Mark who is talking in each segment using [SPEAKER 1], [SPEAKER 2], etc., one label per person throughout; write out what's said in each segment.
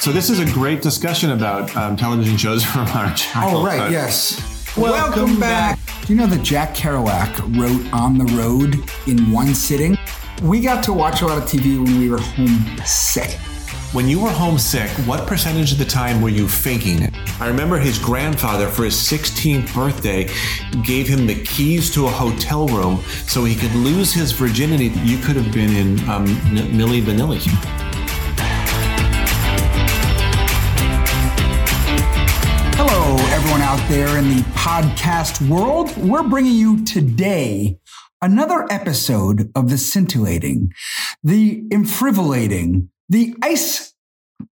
[SPEAKER 1] So this is a great discussion about um, television shows from our childhood.
[SPEAKER 2] Oh, right, yes.
[SPEAKER 1] Welcome
[SPEAKER 2] Do you know that Jack Kerouac wrote On the Road in one sitting? We got to watch a lot of TV when we were homesick.
[SPEAKER 1] When you were homesick, what percentage of the time were you faking it? I remember his grandfather, for his 16th birthday, gave him the keys to a hotel room so he could lose his virginity. You could have been in um, N- Milli Vanilli.
[SPEAKER 2] Hello, everyone out there in the podcast world. We're bringing you today another episode of the scintillating, the infrivolating, the ice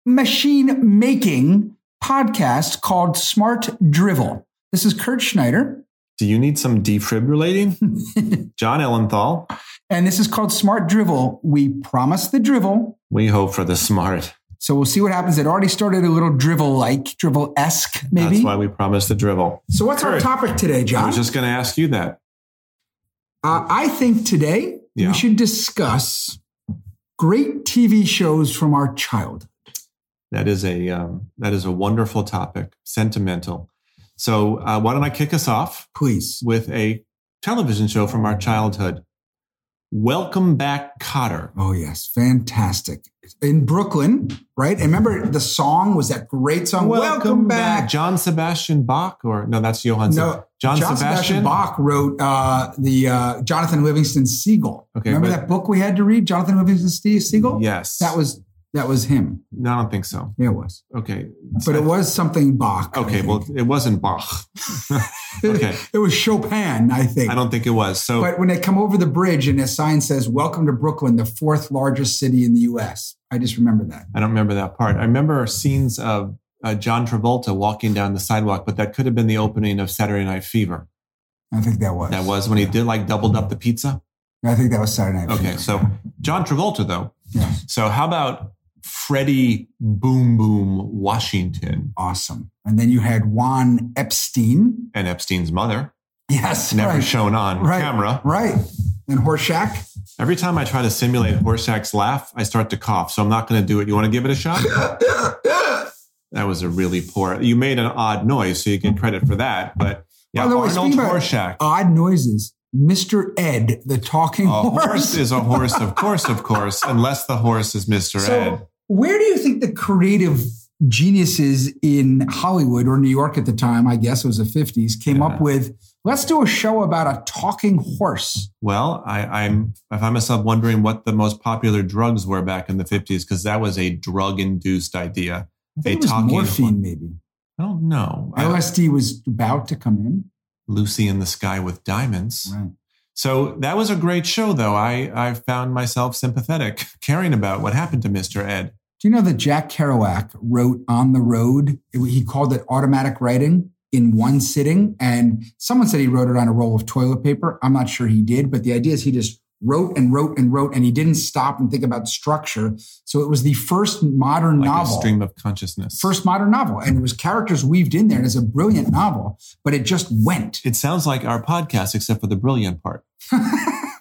[SPEAKER 2] machine making podcast called Smart Drivel. This is Kurt Schneider,
[SPEAKER 1] Do you need some defibrillating? John Ellenthal,
[SPEAKER 2] and this is called Smart Drivel. We promise the drivel.
[SPEAKER 1] we hope for the smart.
[SPEAKER 2] So we'll see what happens. It already started a little drivel like, drivel esque, maybe. Ah.
[SPEAKER 1] That's why we promised the drivel.
[SPEAKER 2] so, what's our
[SPEAKER 1] Kurt,
[SPEAKER 2] topic today,
[SPEAKER 1] I
[SPEAKER 2] John?
[SPEAKER 1] was just going to ask you that.
[SPEAKER 2] Uh, I think today
[SPEAKER 1] Yeah.
[SPEAKER 2] we should discuss great TV shows from our childhood.
[SPEAKER 1] That is a um, that is a wonderful topic, sentimental. So uh, why don't I kick us off
[SPEAKER 2] Please.
[SPEAKER 1] with a television show from our childhood? Welcome back, Cotter.
[SPEAKER 2] Oh, yes. Fantastic. In Brooklyn, right? And remember the song was that great song, Welcome, Back.
[SPEAKER 1] John Sebastian Bach, or no, that's Johann. Seb-
[SPEAKER 2] No,
[SPEAKER 1] John,
[SPEAKER 2] John
[SPEAKER 1] Sebastian,
[SPEAKER 2] Sebastian Bach wrote uh, the uh, Jonathan Livingston Seagull.
[SPEAKER 1] Okay,
[SPEAKER 2] remember
[SPEAKER 1] but-
[SPEAKER 2] that book we had to read, Jonathan Livingston Ste- Seagull?
[SPEAKER 1] Yes,
[SPEAKER 2] That was that was him.
[SPEAKER 1] No, I don't think so.
[SPEAKER 2] Yeah, it was.
[SPEAKER 1] Okay,
[SPEAKER 2] But it was something Bach. I
[SPEAKER 1] okay.
[SPEAKER 2] think.
[SPEAKER 1] Well, it wasn't Bach. okay.
[SPEAKER 2] it was Chopin, I think.
[SPEAKER 1] I don't think it was. So
[SPEAKER 2] But when they come over the bridge and a sign says, Welcome to Brooklyn, the fourth largest city in the US. I just remember that.
[SPEAKER 1] I don't remember that part. I remember scenes of uh, John Travolta walking down the sidewalk, but that could have been the opening of Saturday Night Fever.
[SPEAKER 2] I think that was.
[SPEAKER 1] That was when he did like doubled up the pizza.
[SPEAKER 2] I think that was Saturday Night.
[SPEAKER 1] Okay,
[SPEAKER 2] Fever.
[SPEAKER 1] so John Travolta though.
[SPEAKER 2] Yeah.
[SPEAKER 1] So how about Freddie Boom Boom Washington
[SPEAKER 2] Awesome. And then you had Juan Epstein.
[SPEAKER 1] and Epstein's mother,
[SPEAKER 2] Yes.
[SPEAKER 1] never
[SPEAKER 2] right.
[SPEAKER 1] shown on
[SPEAKER 2] Right.
[SPEAKER 1] camera.
[SPEAKER 2] Right. And Horshack.
[SPEAKER 1] Every time I try to simulate Horshack's laugh, I start to cough. So I'm not going to do it. You want to give it a shot? that was a really poor. You made an odd noise, so you get credit for that. But yeah,
[SPEAKER 2] By the way,
[SPEAKER 1] Arnold
[SPEAKER 2] speaking about-
[SPEAKER 1] Horshack.
[SPEAKER 2] Odd noises. Mr. Ed, the talking
[SPEAKER 1] A
[SPEAKER 2] horse.
[SPEAKER 1] Uh, horse is a horse, of course, of course, unless the horse is Mr.
[SPEAKER 2] So,
[SPEAKER 1] Ed.
[SPEAKER 2] Where do you think the creative geniuses in Hollywood or New York at the time, I guess it was the 50s, came
[SPEAKER 1] Yeah.
[SPEAKER 2] up with let's do a show about a talking horse?
[SPEAKER 1] Well, I, I'm I found myself wondering what the most popular drugs were back in the 50s because that was a drug-induced idea.
[SPEAKER 2] I
[SPEAKER 1] A
[SPEAKER 2] think it was
[SPEAKER 1] talking
[SPEAKER 2] morphine,
[SPEAKER 1] horse.
[SPEAKER 2] maybe.
[SPEAKER 1] I don't know. I-
[SPEAKER 2] LSD was about to come in.
[SPEAKER 1] Lucy in the Sky with Diamonds.
[SPEAKER 2] Right.
[SPEAKER 1] So that was a great show, though. I I found myself sympathetic, caring about what happened to Mr. Ed.
[SPEAKER 2] Do you know that Jack Kerouac wrote On the Road? It- he called it automatic writing in one sitting. And someone said he wrote it on a roll of toilet paper. I'm not sure he did, but the idea is he just wrote and wrote and wrote, and he didn't stop and think about structure. So it was the first modern
[SPEAKER 1] Like
[SPEAKER 2] novel.
[SPEAKER 1] a stream of consciousness.
[SPEAKER 2] first modern novel and there was characters weaved in there and it's a brilliant novel but it just went
[SPEAKER 1] it sounds like our podcast, except for the brilliant part. We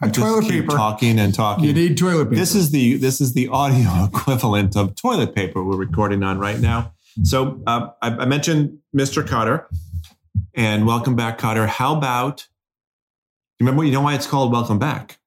[SPEAKER 1] just
[SPEAKER 2] toilet
[SPEAKER 1] keep
[SPEAKER 2] paper
[SPEAKER 1] talking and talking.
[SPEAKER 2] you need toilet paper
[SPEAKER 1] This is the this is the audio equivalent of toilet paper we're recording on right now. So uh, I, I mentioned Mr. Cotter, and welcome back, Cotter. How about? You remember? You know why it's called Welcome Back?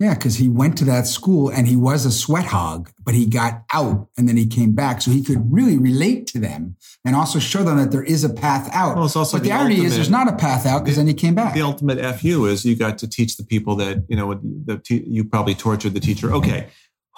[SPEAKER 2] yeah because he went to that school and he was a sweat hog but he got out and then he came back so he could really relate to them and also show them that there is a path out
[SPEAKER 1] Well, it's also
[SPEAKER 2] but
[SPEAKER 1] the
[SPEAKER 2] the, irony
[SPEAKER 1] ultimate-
[SPEAKER 2] is there's not a path out because then he came back
[SPEAKER 1] The ultimate fu is you got to teach the people that you know the te- you probably tortured the teacher. Okay,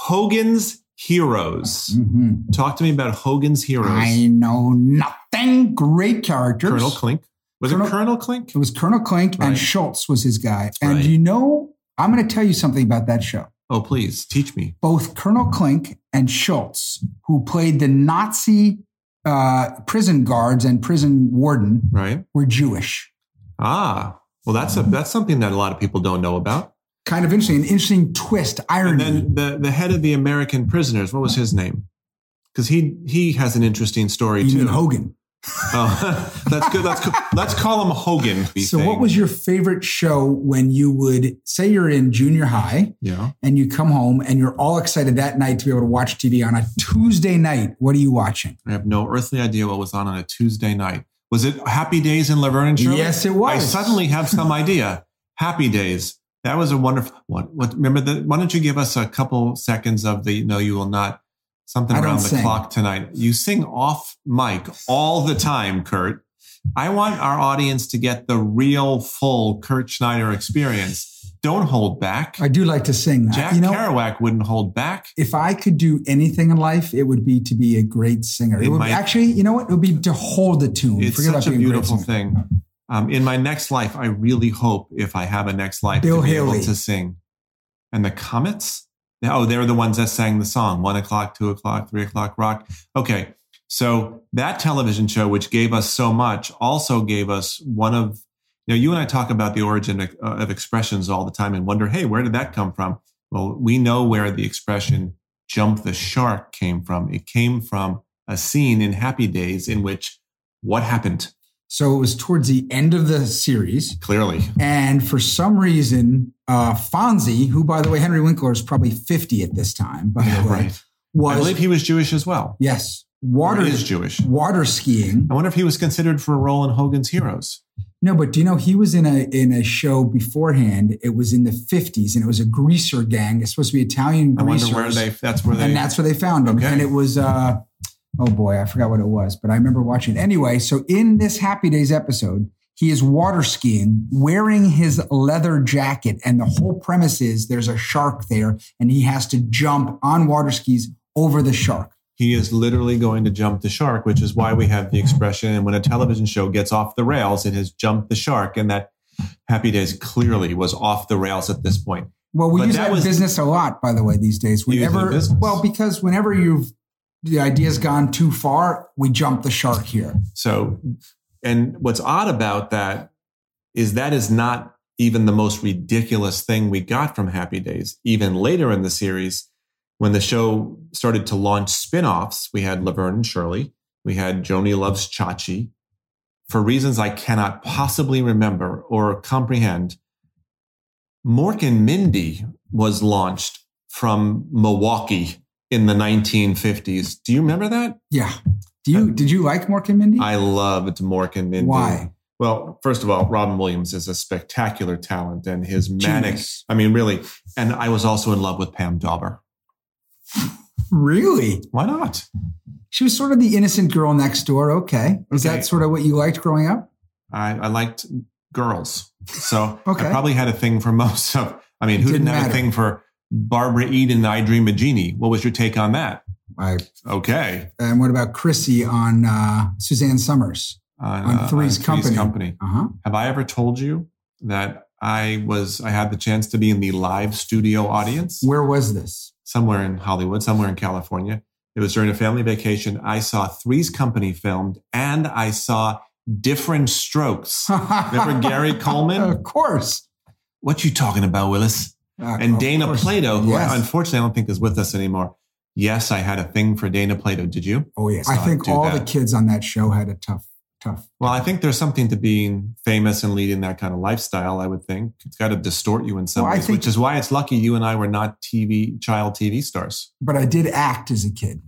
[SPEAKER 1] Hogan's Heroes.
[SPEAKER 2] Mhm.
[SPEAKER 1] Talk to me about Hogan's Heroes.
[SPEAKER 2] i know nothing great characters
[SPEAKER 1] Colonel Clink was
[SPEAKER 2] Colonel-
[SPEAKER 1] it Colonel Clink?
[SPEAKER 2] it was colonel clink
[SPEAKER 1] Right.
[SPEAKER 2] and schultz was his guy and
[SPEAKER 1] Right.
[SPEAKER 2] you know i'm going to tell you something about that show
[SPEAKER 1] Oh, please teach me.
[SPEAKER 2] both Colonel Klink and Schultz, who played the Nazi uh, prison guards and prison warden,
[SPEAKER 1] Right.
[SPEAKER 2] were Jewish.
[SPEAKER 1] Ah, well, that's a that's something that a lot of people don't know about.
[SPEAKER 2] Kind of interesting, an interesting twist,
[SPEAKER 1] And
[SPEAKER 2] irony.
[SPEAKER 1] then the the head of the American prisoners, what was his name? Because he he has an interesting story
[SPEAKER 2] you mean
[SPEAKER 1] too.
[SPEAKER 2] Hogan?
[SPEAKER 1] Oh, that's good. Let's ca- let's call him Hogan.
[SPEAKER 2] So, what was your favorite show when you would say you're in junior high
[SPEAKER 1] yeah?
[SPEAKER 2] and you come home and you're all excited that night to be able to watch TV on a Tuesday night? What are you watching?
[SPEAKER 1] I have no earthly idea what was on on a Tuesday night. Was it Happy Days in Laverne and Shirley?
[SPEAKER 2] Yes, it
[SPEAKER 1] I
[SPEAKER 2] was.
[SPEAKER 1] suddenly have some idea. Happy Days. That was a wonderful one. What, remember that? Why don't you give us a couple seconds of the "No, you will not" something
[SPEAKER 2] I don't
[SPEAKER 1] around the
[SPEAKER 2] sing.
[SPEAKER 1] clock tonight? You sing off mic all the time, Kurt. I want our audience to get the real, full Kurt Schneider experience. Don't hold back.
[SPEAKER 2] I do like to sing that.
[SPEAKER 1] Jack
[SPEAKER 2] you know,
[SPEAKER 1] Kerouac wouldn't hold back.
[SPEAKER 2] if I could do anything in life, it would be to be a great singer. It,
[SPEAKER 1] It
[SPEAKER 2] would
[SPEAKER 1] might-
[SPEAKER 2] actually, you know what? It would be to hold the tune.
[SPEAKER 1] It's
[SPEAKER 2] Forget
[SPEAKER 1] such a
[SPEAKER 2] about being great
[SPEAKER 1] beautiful
[SPEAKER 2] singer.
[SPEAKER 1] thing. Um, in my next life, I really hope if I have a next life
[SPEAKER 2] Bill
[SPEAKER 1] to be
[SPEAKER 2] Haley.
[SPEAKER 1] able to sing. And the Comets? Oh, they're the ones that sang the song. One o'clock, two o'clock, three o'clock, rock. Okay. So that television show, which gave us so much, also gave us one of, you know, you and I talk about the origin of, uh, of expressions all the time and wonder, hey, where did that come from? Well, we know where the expression jump the shark came from. It came from a scene in Happy Days in which what happened?
[SPEAKER 2] So it was towards the end of the series.
[SPEAKER 1] Clearly.
[SPEAKER 2] And for some reason, uh, Fonzie, who, by the way, Henry Winkler is probably 50 at this time, by the way, was,
[SPEAKER 1] I believe he was Jewish as well.
[SPEAKER 2] yes,
[SPEAKER 1] Or
[SPEAKER 2] water,
[SPEAKER 1] is Jewish.
[SPEAKER 2] water skiing.
[SPEAKER 1] I wonder if he was considered for a role in Hogan's Heroes.
[SPEAKER 2] No, but do you know he was in a in a show beforehand? It was in the 50s and it was a greaser gang. It's supposed to be Italian
[SPEAKER 1] I wonder
[SPEAKER 2] greasers.
[SPEAKER 1] where they, that's where they,
[SPEAKER 2] and that's where they found him.
[SPEAKER 1] Okay.
[SPEAKER 2] And it was, uh, oh boy, I forgot what it was, but I remember watching. it. Anyway, so in this Happy Days episode, he is water skiing, wearing his leather jacket, and the whole premise is there's a shark there, and he has to jump on water skis over the shark.
[SPEAKER 1] he is literally going to jump the shark, which is why we have the expression. And when a television show gets off the rails, it has jumped the shark. And that Happy Days clearly was off the rails at this point.
[SPEAKER 2] Well, we
[SPEAKER 1] But
[SPEAKER 2] use
[SPEAKER 1] that
[SPEAKER 2] that
[SPEAKER 1] was-
[SPEAKER 2] in business a lot, by the way, these days.
[SPEAKER 1] You use it in
[SPEAKER 2] Whenever,
[SPEAKER 1] business.
[SPEAKER 2] well, because whenever you've the idea's gone too far, we jump the shark here.
[SPEAKER 1] So, and what's odd about that is that is not even the most ridiculous thing we got from Happy Days. Even later in the series, when the show started to launch spin offs, we had Laverne and Shirley, we had Joni Loves Chachi. For reasons I cannot possibly remember or comprehend, Mork and Mindy was launched from Milwaukee in the 1950s. Do you remember that?
[SPEAKER 2] Yeah. Do you did you like Mork and Mindy?
[SPEAKER 1] I loved Mork and Mindy.
[SPEAKER 2] Why?
[SPEAKER 1] Well, first of all, Robin Williams is a spectacular talent and his manic.
[SPEAKER 2] Genius.
[SPEAKER 1] I mean, really. And I was also in love with Pam Dauber.
[SPEAKER 2] Really?
[SPEAKER 1] Why not?
[SPEAKER 2] She was sort of the innocent girl next door. Okay. Is
[SPEAKER 1] Okay.
[SPEAKER 2] that sort of what you liked growing up?
[SPEAKER 1] I, I liked girls. So
[SPEAKER 2] Okay.
[SPEAKER 1] I probably had a thing for most of, I mean, who
[SPEAKER 2] Didn't
[SPEAKER 1] didn't, have
[SPEAKER 2] matter.
[SPEAKER 1] a thing for Barbara Eden and I Dream a Genie? What was your take on that?
[SPEAKER 2] I,
[SPEAKER 1] Okay.
[SPEAKER 2] and what about Chrissy on uh, Suzanne Summers? On Three's Company.
[SPEAKER 1] uh, Company.
[SPEAKER 2] Uh huh.
[SPEAKER 1] Have I ever told you that I was, I had the chance to be in the live studio audience?
[SPEAKER 2] Where was this?
[SPEAKER 1] somewhere in Hollywood, somewhere in California. It was during a family vacation. I saw Three's Company filmed and I saw Different Strokes. Remember Gary Coleman?
[SPEAKER 2] Of course.
[SPEAKER 1] What you talking about, Willis?
[SPEAKER 2] Uh,
[SPEAKER 1] And
[SPEAKER 2] of
[SPEAKER 1] Dana
[SPEAKER 2] course.
[SPEAKER 1] Plato, who
[SPEAKER 2] Yes.
[SPEAKER 1] I, unfortunately I don't think is with us anymore. Yes, I had a thing for Dana Plato. Did you?
[SPEAKER 2] Oh yes. I
[SPEAKER 1] Saw
[SPEAKER 2] think
[SPEAKER 1] do
[SPEAKER 2] all the
[SPEAKER 1] that.
[SPEAKER 2] kids on that show had a tough, tough.
[SPEAKER 1] Well, I think there's something to being famous and leading that kind of lifestyle, I would think. It's got to distort you in some
[SPEAKER 2] Well, I
[SPEAKER 1] ways,
[SPEAKER 2] think-
[SPEAKER 1] which is why it's lucky you and I were not TV child TV stars.
[SPEAKER 2] But I did act as a kid.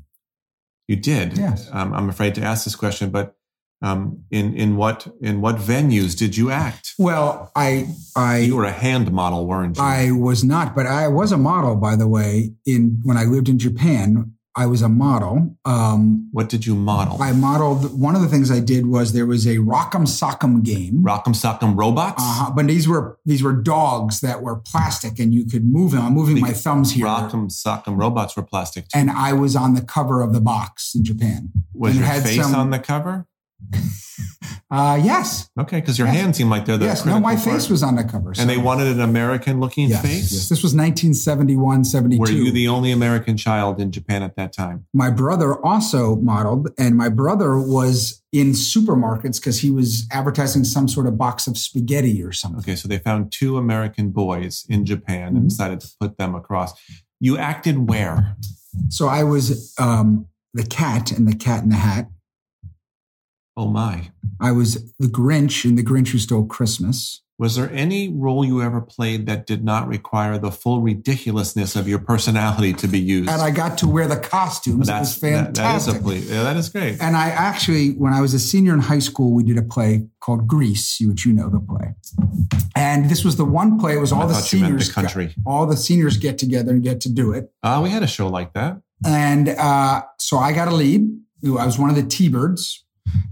[SPEAKER 1] You did.
[SPEAKER 2] Yes.
[SPEAKER 1] Um, I'm afraid to ask this question, but um, in in what in what venues did you act?
[SPEAKER 2] Well, I I
[SPEAKER 1] You were a hand model, weren't you?
[SPEAKER 2] I was not, but I was a model, by the way. In when I lived in Japan, I was a model. Um,
[SPEAKER 1] what did you model?
[SPEAKER 2] I modeled one of the things I did was there was a Rock'em Sock'em game.
[SPEAKER 1] Rock'em sock'em robots.
[SPEAKER 2] Uh-huh, but these were these were dogs that were plastic, and you could move them. I'm moving my thumbs here,
[SPEAKER 1] Rock'em sock'em robots were plastic. Too.
[SPEAKER 2] and I was on the cover of the box in Japan.
[SPEAKER 1] Was
[SPEAKER 2] and it
[SPEAKER 1] your
[SPEAKER 2] had
[SPEAKER 1] face
[SPEAKER 2] some-
[SPEAKER 1] on the cover?
[SPEAKER 2] Uh, yes,
[SPEAKER 1] Okay, because your
[SPEAKER 2] Yes.
[SPEAKER 1] hands seem like they're the
[SPEAKER 2] yes. No, my
[SPEAKER 1] critical
[SPEAKER 2] face
[SPEAKER 1] part.
[SPEAKER 2] was on the cover. so-
[SPEAKER 1] And they wanted an American looking
[SPEAKER 2] yes,
[SPEAKER 1] face.
[SPEAKER 2] yes. This was 1971, 72.
[SPEAKER 1] Were you the only American child in Japan at that time?
[SPEAKER 2] my brother also modeled, and my brother was in supermarkets because he was advertising some sort of box of spaghetti or something.
[SPEAKER 1] Okay, so they found two American boys in Japan
[SPEAKER 2] Mhm.
[SPEAKER 1] and decided to put them across. You acted where?
[SPEAKER 2] So I was um, the cat in the Cat in the Hat.
[SPEAKER 1] Oh my.
[SPEAKER 2] I was the Grinch in The Grinch Who Stole Christmas.
[SPEAKER 1] Was there any role you ever played that did not require the full ridiculousness of your personality to be used?
[SPEAKER 2] And I got to wear the costumes.
[SPEAKER 1] That's
[SPEAKER 2] it was
[SPEAKER 1] that-
[SPEAKER 2] fantastic.
[SPEAKER 1] that is a ple- yeah, that is great.
[SPEAKER 2] And I actually, when I was a senior in high school, we did a play called Grease, which you know the play. And this was the one play. It was all
[SPEAKER 1] I
[SPEAKER 2] the
[SPEAKER 1] thought you meant
[SPEAKER 2] seniors.
[SPEAKER 1] the country.
[SPEAKER 2] all the seniors get together and get to do it.
[SPEAKER 1] Uh, we had a show like that.
[SPEAKER 2] And uh, so I got a lead. Ooh, I was one of the T Birds.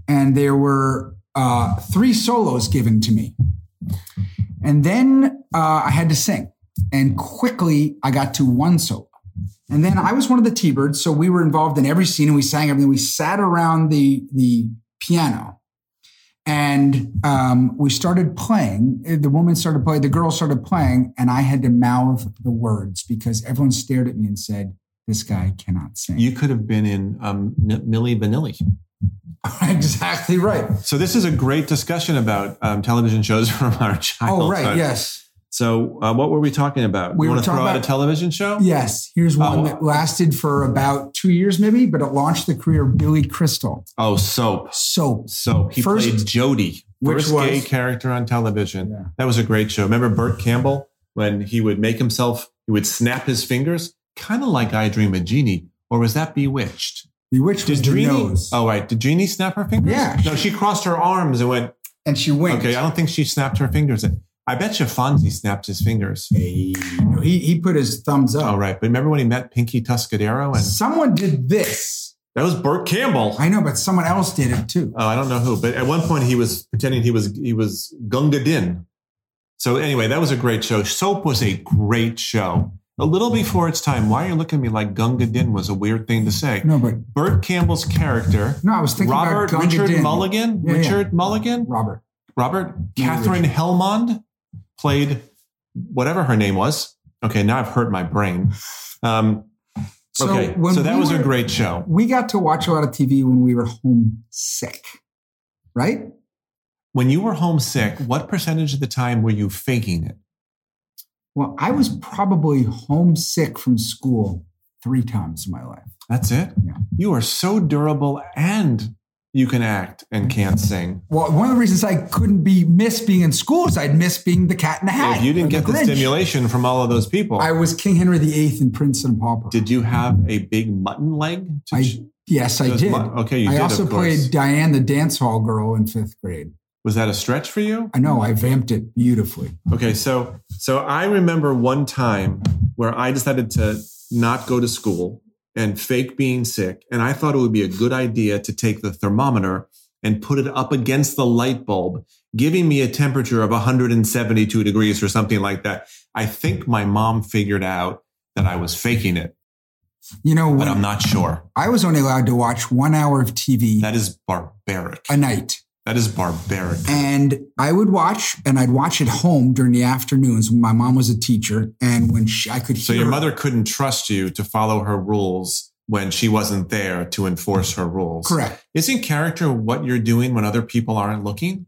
[SPEAKER 2] And there were uh, three solos given to me. And then uh, I had to sing. And quickly I got to one solo. And then I was one of the T Birds. So we were involved in every scene and we sang everything. We sat around the, the piano. And um, we started playing. The woman started playing, the girl started playing, and I had to mouth the words because everyone stared at me and said, This guy cannot sing.
[SPEAKER 1] You could have been in um, N- Millie Vanilli.
[SPEAKER 2] exactly right.
[SPEAKER 1] So this is a great discussion about um, television shows from our childhood.
[SPEAKER 2] Oh, right. Yes.
[SPEAKER 1] So uh, what were we talking about?
[SPEAKER 2] We
[SPEAKER 1] you
[SPEAKER 2] were
[SPEAKER 1] want to
[SPEAKER 2] talking
[SPEAKER 1] throw out a
[SPEAKER 2] about-
[SPEAKER 1] television show?
[SPEAKER 2] Yes. Here's one
[SPEAKER 1] Oh.
[SPEAKER 2] that lasted for about two years, maybe, but it launched the career of Billy Crystal.
[SPEAKER 1] Oh, Soap.
[SPEAKER 2] Soaps.
[SPEAKER 1] Soap. He
[SPEAKER 2] First-
[SPEAKER 1] played Jody,
[SPEAKER 2] Which
[SPEAKER 1] first
[SPEAKER 2] was-
[SPEAKER 1] gay character on television.
[SPEAKER 2] Yeah.
[SPEAKER 1] That was a great show. Remember Burt Campbell when he would make himself, he would snap his fingers, kind of like I Dream a Genie, or was that Bewitched?
[SPEAKER 2] The witch was
[SPEAKER 1] Did
[SPEAKER 2] the
[SPEAKER 1] Dreenie?
[SPEAKER 2] nose.
[SPEAKER 1] Oh, right. Did Jeannie snap her fingers?
[SPEAKER 2] Yeah.
[SPEAKER 1] No, she crossed her arms and went.
[SPEAKER 2] And she winked.
[SPEAKER 1] Okay, I don't think she snapped her fingers. I bet you Fonzie snapped his fingers.
[SPEAKER 2] Hey, no, he, he put his thumbs up.
[SPEAKER 1] All right, but remember when he met Pinky Tuscadero and
[SPEAKER 2] Someone did this.
[SPEAKER 1] that was Burt Campbell.
[SPEAKER 2] I know, but someone else did it too.
[SPEAKER 1] Oh, I don't know who, but at one point he was pretending he was he was Gunga Din. So anyway, that was a great show. Soap was a great show. A little before its time. Why are you looking at me like Gunga Din was a weird thing to say?
[SPEAKER 2] No, but
[SPEAKER 1] Burt Campbell's character,
[SPEAKER 2] no, I was thinking
[SPEAKER 1] Robert
[SPEAKER 2] about Gunga
[SPEAKER 1] Richard
[SPEAKER 2] Din.
[SPEAKER 1] Mulligan,
[SPEAKER 2] Yeah, yeah.
[SPEAKER 1] Richard Mulligan,
[SPEAKER 2] Robert.
[SPEAKER 1] Robert, Catherine Helmond played whatever her name was. Okay, now I've hurt my brain. Um,
[SPEAKER 2] So
[SPEAKER 1] okay,
[SPEAKER 2] when
[SPEAKER 1] so that
[SPEAKER 2] we
[SPEAKER 1] was a
[SPEAKER 2] were-
[SPEAKER 1] great show.
[SPEAKER 2] We got to watch a lot of TV when we were homesick, right?
[SPEAKER 1] When you were homesick, what percentage of the time were you faking it?
[SPEAKER 2] Well, I was probably homesick from school three times in my life.
[SPEAKER 1] That's it.
[SPEAKER 2] Yeah.
[SPEAKER 1] You are so durable and you can act and can't sing.
[SPEAKER 2] Well, one of the reasons I couldn't be miss being in school is I'd miss being the cat in the hat.
[SPEAKER 1] If you didn't
[SPEAKER 2] or
[SPEAKER 1] get the
[SPEAKER 2] Grinch.
[SPEAKER 1] stimulation from all of those people,
[SPEAKER 2] I was King Henry VIII in Prince and Pauper.
[SPEAKER 1] did you have a big mutton leg? To
[SPEAKER 2] I
[SPEAKER 1] ch-
[SPEAKER 2] yes, I
[SPEAKER 1] Just
[SPEAKER 2] did.
[SPEAKER 1] mu- okay, you
[SPEAKER 2] I
[SPEAKER 1] did,
[SPEAKER 2] also
[SPEAKER 1] of course.
[SPEAKER 2] played Diane the dance hall girl in fifth grade.
[SPEAKER 1] Was that a stretch for you?
[SPEAKER 2] I know I vamped it beautifully.
[SPEAKER 1] Okay, so so I remember one time where I decided to not go to school and fake being sick, and I thought it would be a good idea to take the thermometer and put it up against the light bulb, giving me a temperature of 172 degrees or something like that. I think my mom figured out that I was faking it,
[SPEAKER 2] You know,
[SPEAKER 1] but
[SPEAKER 2] when
[SPEAKER 1] I'm not sure.
[SPEAKER 2] I was only allowed to watch one hour of TV
[SPEAKER 1] That is barbaric.
[SPEAKER 2] a night.
[SPEAKER 1] That is barbaric.
[SPEAKER 2] And I would watch, and I'd watch at home during the afternoons when my mom was a teacher, and when she, I could hear.
[SPEAKER 1] So your
[SPEAKER 2] her-
[SPEAKER 1] mother couldn't trust you to follow her rules when she wasn't there to enforce her rules.
[SPEAKER 2] correct,
[SPEAKER 1] Isn't character what you're doing when other people aren't looking?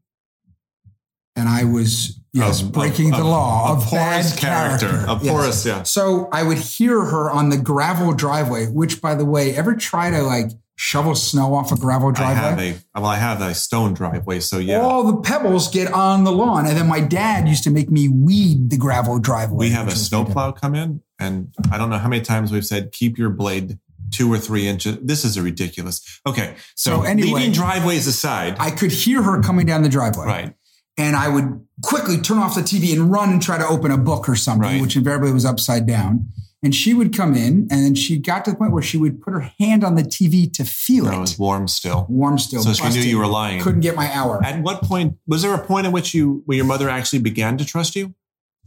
[SPEAKER 2] and I was yes
[SPEAKER 1] Of-
[SPEAKER 2] breaking the law of bad character,
[SPEAKER 1] Of
[SPEAKER 2] Yes.
[SPEAKER 1] porous, yeah.
[SPEAKER 2] So I would hear her on the gravel driveway, which, by the way, ever try to like shovel snow off a gravel
[SPEAKER 1] I have
[SPEAKER 2] driveway? Oh,
[SPEAKER 1] a well, I have a stone driveway, so yeah.
[SPEAKER 2] All the pebbles get on the lawn. And then my dad used to make me weed the gravel driveway.
[SPEAKER 1] we have a
[SPEAKER 2] which was
[SPEAKER 1] snowplow come in, and I don't know how many times we've said keep your blade two or three inches. This is ridiculous. Okay, so,
[SPEAKER 2] So anyway-
[SPEAKER 1] leaving driveways aside,
[SPEAKER 2] ridiculous. I could hear her coming down the driveway.
[SPEAKER 1] right?
[SPEAKER 2] And I would quickly turn off the TV and run and try to open a book or something,
[SPEAKER 1] Right.
[SPEAKER 2] which invariably was upside down. And she would come in and then she got to the point where she would put her hand on the TV to feel
[SPEAKER 1] No, it
[SPEAKER 2] it.
[SPEAKER 1] was warm still,
[SPEAKER 2] Warm still.
[SPEAKER 1] so she knew
[SPEAKER 2] busted.
[SPEAKER 1] you were lying.
[SPEAKER 2] Couldn't get my hour.
[SPEAKER 1] At what point was there a point at which you, where your mother actually began to trust you?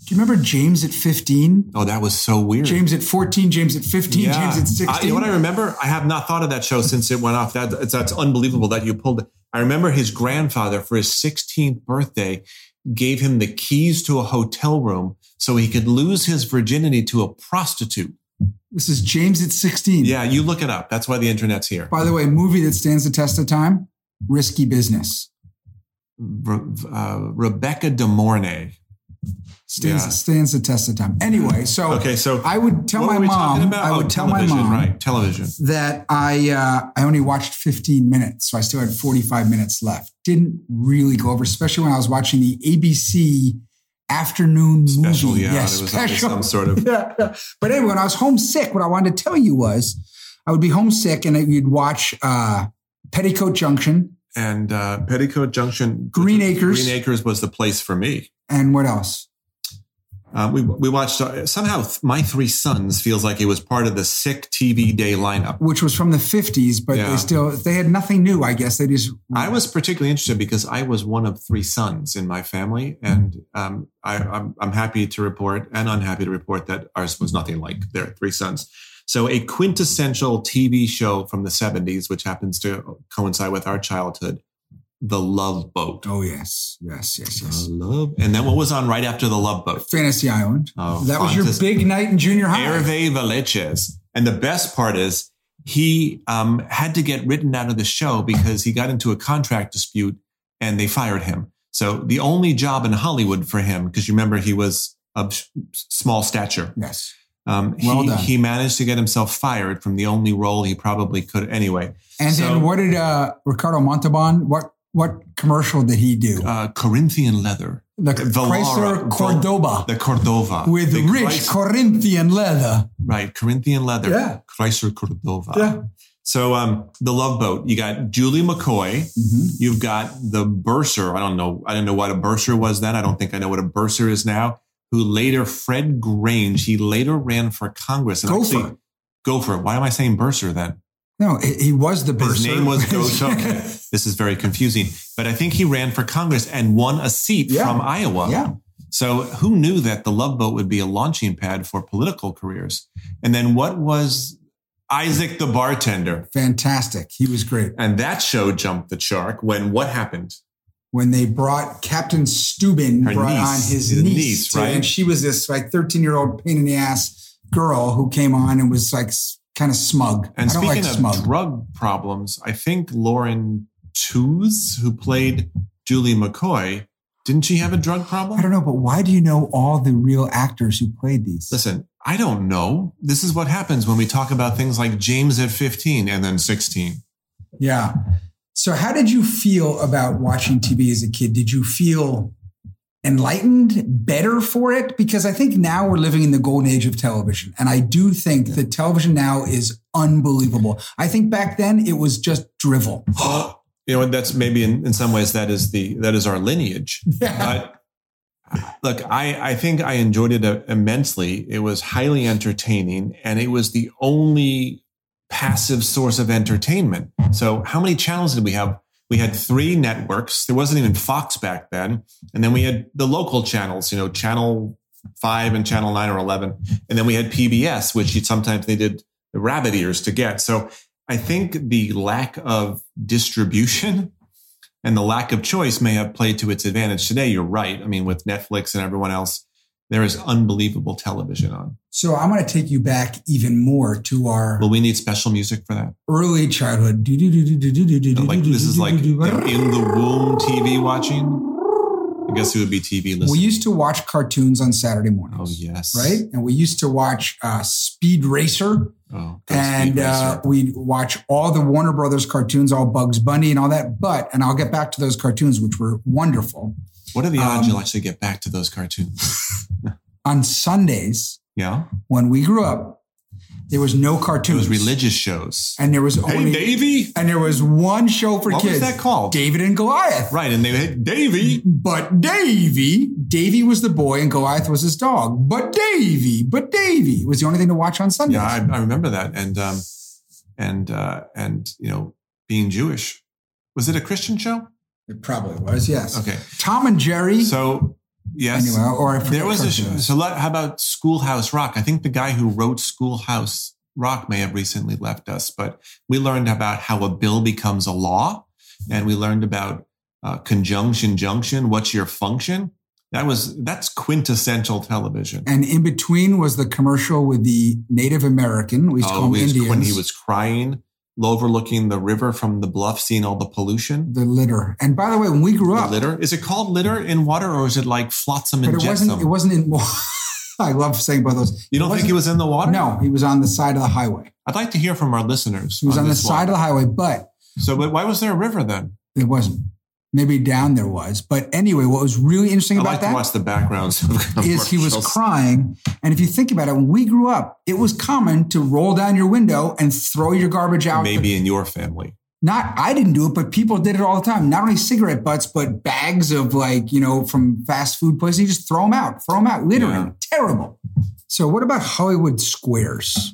[SPEAKER 2] Do you remember James at 15?
[SPEAKER 1] Oh, that was so weird.
[SPEAKER 2] James at 14, James at 15,
[SPEAKER 1] Yeah.
[SPEAKER 2] James
[SPEAKER 1] I,
[SPEAKER 2] at
[SPEAKER 1] you
[SPEAKER 2] 16.
[SPEAKER 1] know what I remember? I have not thought of that show since it went off. That it's, that's unbelievable that you pulled. it. I remember his grandfather for his 16th birthday gave him the keys to a hotel room so he could lose his virginity to a prostitute.
[SPEAKER 2] this is James at 16.
[SPEAKER 1] Yeah, you look it up. That's why the internet's here.
[SPEAKER 2] By the way, movie that stands the test of time, Risky Business.
[SPEAKER 1] Re- uh, Rebecca De Mornay.
[SPEAKER 2] Stands,
[SPEAKER 1] Yeah.
[SPEAKER 2] stands the test of time. Anyway, so
[SPEAKER 1] Okay, so
[SPEAKER 2] I would tell
[SPEAKER 1] what
[SPEAKER 2] my
[SPEAKER 1] were we talking
[SPEAKER 2] mom.
[SPEAKER 1] about?
[SPEAKER 2] I would
[SPEAKER 1] Oh,
[SPEAKER 2] tell my
[SPEAKER 1] television,
[SPEAKER 2] mom
[SPEAKER 1] right? Television.
[SPEAKER 2] that I uh, I only watched 15 minutes, so I still had 45 minutes left. Didn't really go over, especially when I was watching the ABC afternoon
[SPEAKER 1] Special,
[SPEAKER 2] movie.
[SPEAKER 1] yeah.
[SPEAKER 2] Yes,
[SPEAKER 1] there was always
[SPEAKER 2] special.
[SPEAKER 1] some sort of
[SPEAKER 2] Yeah, yeah. But anyway, when I was homesick, what I wanted to tell you was I would be homesick and you'd watch uh, Petticoat Junction
[SPEAKER 1] and uh, Petticoat Junction.
[SPEAKER 2] Green
[SPEAKER 1] which was-
[SPEAKER 2] Acres.
[SPEAKER 1] Green Acres was the place for me.
[SPEAKER 2] and what else?
[SPEAKER 1] Uh, we we watched uh, somehow th- my three sons feels like it was part of the sick TV day lineup.
[SPEAKER 2] Which was from the 50s, but they
[SPEAKER 1] Yeah.
[SPEAKER 2] still they had nothing new, I guess. They just
[SPEAKER 1] I was particularly interested because I was one of three sons in my family, and um, I, I'm, I'm happy to report and unhappy to report that ours was nothing like their three sons. So, a quintessential TV show from the 70s, which happens to coincide with our childhood, The Love Boat.
[SPEAKER 2] Oh yes, yes, yes, yes.
[SPEAKER 1] The Love, and then what was on right after The Love Boat?
[SPEAKER 2] Fantasy Island.
[SPEAKER 1] Uh, Oh,
[SPEAKER 2] that was your
[SPEAKER 1] Fontes-
[SPEAKER 2] big night in junior high.
[SPEAKER 1] Hervé Valeches. And the best part is he um, had to get written out of the show because he got into a contract dispute and they fired him. So the only job in Hollywood for him, because you remember he was of s- small stature,
[SPEAKER 2] Yes.
[SPEAKER 1] um,
[SPEAKER 2] Well
[SPEAKER 1] he,
[SPEAKER 2] done.
[SPEAKER 1] he managed to get himself fired from the only role he probably could. Anyway,
[SPEAKER 2] And
[SPEAKER 1] So-
[SPEAKER 2] then what did uh, Ricardo Montalban? What what commercial did he do?
[SPEAKER 1] uh, Corinthian leather,
[SPEAKER 2] the
[SPEAKER 1] Valara-
[SPEAKER 2] Chrysler Cordoba
[SPEAKER 1] the Cordova.
[SPEAKER 2] with
[SPEAKER 1] the
[SPEAKER 2] rich
[SPEAKER 1] Chrys-
[SPEAKER 2] Corinthian leather.
[SPEAKER 1] right, Corinthian leather.
[SPEAKER 2] Yeah.
[SPEAKER 1] Chrysler Cordova.
[SPEAKER 2] Yeah.
[SPEAKER 1] So um, the Love Boat, you got Julie McCoy.
[SPEAKER 2] Mhm.
[SPEAKER 1] You've got the bursar. I don't know. I didn't know what a bursar was then. I don't think I know what a bursar is now. Who later, Fred Grange, he later ran for Congress. And
[SPEAKER 2] Gopher.
[SPEAKER 1] actually- Gopher. Why am I saying bursar then?
[SPEAKER 2] No, he, he was the
[SPEAKER 1] His
[SPEAKER 2] bursar.
[SPEAKER 1] name was Gopher. Okay. this is very confusing. But I think he ran for Congress and won a seat
[SPEAKER 2] Yeah.
[SPEAKER 1] from Iowa.
[SPEAKER 2] yeah.
[SPEAKER 1] So who knew that the Love Boat would be a launching pad for political careers? And then what was Isaac the bartender?
[SPEAKER 2] Fantastic. He was great.
[SPEAKER 1] And that show jumped the shark when what happened?
[SPEAKER 2] When they brought Captain Steuben
[SPEAKER 1] Her
[SPEAKER 2] brought
[SPEAKER 1] niece.
[SPEAKER 2] on his
[SPEAKER 1] His
[SPEAKER 2] niece,
[SPEAKER 1] niece,
[SPEAKER 2] to-
[SPEAKER 1] right?
[SPEAKER 2] and she was this like 13-year-old pain in the ass girl who came on and was like kind of smug.
[SPEAKER 1] And
[SPEAKER 2] I don't
[SPEAKER 1] speaking
[SPEAKER 2] like
[SPEAKER 1] of
[SPEAKER 2] smug.
[SPEAKER 1] drug problems, I think Lauren Tooze, who played Julie McCoy, didn't she have a drug problem?
[SPEAKER 2] I don't know, but why do you know all the real actors who played these?
[SPEAKER 1] Listen, I don't know. This is what happens when we talk about things like James at 15 and then 16.
[SPEAKER 2] Yeah. So, how did you feel about watching TV as a kid? Did you feel enlightened, better for it? Because I think now we're living in the golden age of television. And I do think that television now is unbelievable. I think back then it was just drivel.
[SPEAKER 1] you know, that's maybe in, in some ways that is the that is our lineage.
[SPEAKER 2] Yeah.
[SPEAKER 1] But look, I, I think I enjoyed it uh, immensely. It was highly entertaining, and it was the only passive source of entertainment. So, how many channels did we have? We had three networks. There wasn't even Fox back then. And then we had the local channels, you know, Channel 5 and Channel 9 or 11. And then we had PBS, which you sometimes needed the rabbit ears to get. So, I think the lack of distribution and the lack of choice may have played to its advantage today. You're right. I mean, with Netflix and everyone else, there is unbelievable television on.
[SPEAKER 2] So, I'm going to take you back even more to our
[SPEAKER 1] Will we need special music for that?
[SPEAKER 2] early childhood.
[SPEAKER 1] Like this is like you know, in the
[SPEAKER 2] womb.
[SPEAKER 1] womb TV watching. I guess it would be TV
[SPEAKER 2] We
[SPEAKER 1] listening.
[SPEAKER 2] used to watch cartoons on Saturday
[SPEAKER 1] Oh
[SPEAKER 2] mornings,
[SPEAKER 1] yes,
[SPEAKER 2] right? And we used to watch uh, Speed Racer.
[SPEAKER 1] Oh, Ghost
[SPEAKER 2] and
[SPEAKER 1] Speed
[SPEAKER 2] uh,
[SPEAKER 1] Racer.
[SPEAKER 2] we'd watch all the Warner Brothers cartoons, all Bugs Bunny and all that. But and I'll get back to those cartoons, which were wonderful.
[SPEAKER 1] what are the odds
[SPEAKER 2] um,
[SPEAKER 1] you'll actually get back to those cartoons?
[SPEAKER 2] On Sundays
[SPEAKER 1] Yeah,
[SPEAKER 2] when we grew up, there was no
[SPEAKER 1] it
[SPEAKER 2] cartoons.
[SPEAKER 1] was religious shows.
[SPEAKER 2] and there was
[SPEAKER 1] Hey,
[SPEAKER 2] only
[SPEAKER 1] Davy,
[SPEAKER 2] and there was one show for
[SPEAKER 1] what was
[SPEAKER 2] kids,
[SPEAKER 1] that called?
[SPEAKER 2] David and Goliath.
[SPEAKER 1] Right, and they had Davy.
[SPEAKER 2] But Davy, Davy was the boy and Goliath was his dog. But Davy, but Davy was the only thing to watch on Sundays.
[SPEAKER 1] Yeah, I, I remember that, and um, and uh, and you know, being Jewish, was it a Christian show?
[SPEAKER 2] it probably was. Yes,
[SPEAKER 1] Okay,
[SPEAKER 2] Tom and Jerry.
[SPEAKER 1] so yes,
[SPEAKER 2] anyway, or I forget
[SPEAKER 1] there was a show.
[SPEAKER 2] cartoons.
[SPEAKER 1] So let, how about Schoolhouse Rock? I think the guy who wrote Schoolhouse Rock may have recently left us, but we learned about how a bill becomes a law, and we learned about uh, conjunction junction. What's your function? That was that's quintessential television.
[SPEAKER 2] And in between was the commercial with the Native American. We used to
[SPEAKER 1] Oh,
[SPEAKER 2] call him
[SPEAKER 1] he was-
[SPEAKER 2] Indians.
[SPEAKER 1] when he was crying overlooking the river from the bluff, seeing all the pollution.
[SPEAKER 2] The litter. And by the way, when we grew
[SPEAKER 1] The
[SPEAKER 2] up,
[SPEAKER 1] litter. Is it called litter in water or is it like flotsam
[SPEAKER 2] but
[SPEAKER 1] and
[SPEAKER 2] it
[SPEAKER 1] jetsam?
[SPEAKER 2] wasn't. It wasn't in. I love saying both those.
[SPEAKER 1] you don't think he was in the water?
[SPEAKER 2] No, he was on the side of the highway.
[SPEAKER 1] I'd like to hear from our listeners.
[SPEAKER 2] He was on, the
[SPEAKER 1] this one.
[SPEAKER 2] side of the highway, but
[SPEAKER 1] So, but why was there a river then?
[SPEAKER 2] It wasn't. Maybe down there was. But anyway, what was really interesting
[SPEAKER 1] I
[SPEAKER 2] about
[SPEAKER 1] like to
[SPEAKER 2] that
[SPEAKER 1] watch the backgrounds. Of
[SPEAKER 2] is he was
[SPEAKER 1] commercials.
[SPEAKER 2] crying. And if you think about it, when we grew up, it was common to roll down your window and throw your garbage out.
[SPEAKER 1] Maybe in your family.
[SPEAKER 2] Not I didn't do it, but people did it all the time. Not only cigarette butts, but bags of like, you know, from fast food places. You just throw them out, throw them out, littering.
[SPEAKER 1] Yeah.
[SPEAKER 2] Terrible. So what about Hollywood Squares?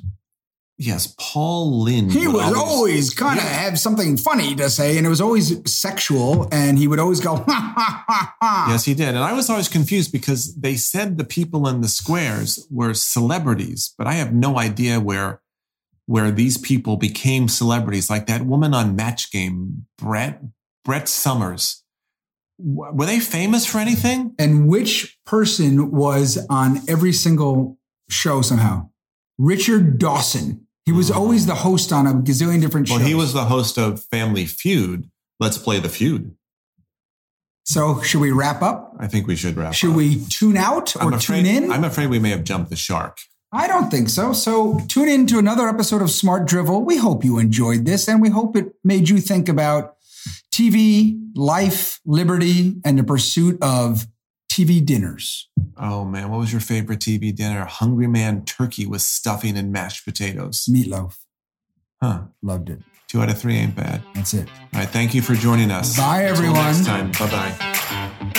[SPEAKER 1] Yes, Paul Lynn.
[SPEAKER 2] He
[SPEAKER 1] would
[SPEAKER 2] was always kind of
[SPEAKER 1] Yeah.
[SPEAKER 2] have something funny to say, and it was always sexual, and he would always go, ha ha ha ha.
[SPEAKER 1] Yes, he did. And I was always confused because they said the people in the squares were celebrities, but I have no idea where where these people became celebrities. Like that woman on Match Game, Brett Brett Summers. W- Were they famous for anything?
[SPEAKER 2] and which person was on every single show somehow? Richard Dawson. He was always the host on a gazillion different shows.
[SPEAKER 1] Mm. Well, he was the host of Family Feud. Let's play the feud.
[SPEAKER 2] So, should we wrap up?
[SPEAKER 1] I think we should wrap.
[SPEAKER 2] Should
[SPEAKER 1] up.
[SPEAKER 2] we tune out or
[SPEAKER 1] I'm afraid,
[SPEAKER 2] tune in?
[SPEAKER 1] I'm afraid we may have jumped the shark.
[SPEAKER 2] I don't think so. So, tune in to another episode of Smart Drivel. We hope you enjoyed this and we hope it made you think about TV, life, liberty, and the pursuit of TV dinners.
[SPEAKER 1] Oh man, what was your favorite TV dinner? Hungry man turkey with stuffing and mashed potatoes.
[SPEAKER 2] Meatloaf.
[SPEAKER 1] Huh.
[SPEAKER 2] Loved it.
[SPEAKER 1] Two out of three ain't bad.
[SPEAKER 2] That's it.
[SPEAKER 1] All right. Thank you for joining us.
[SPEAKER 2] Bye,
[SPEAKER 1] Until
[SPEAKER 2] everyone.
[SPEAKER 1] Next time. Bye bye.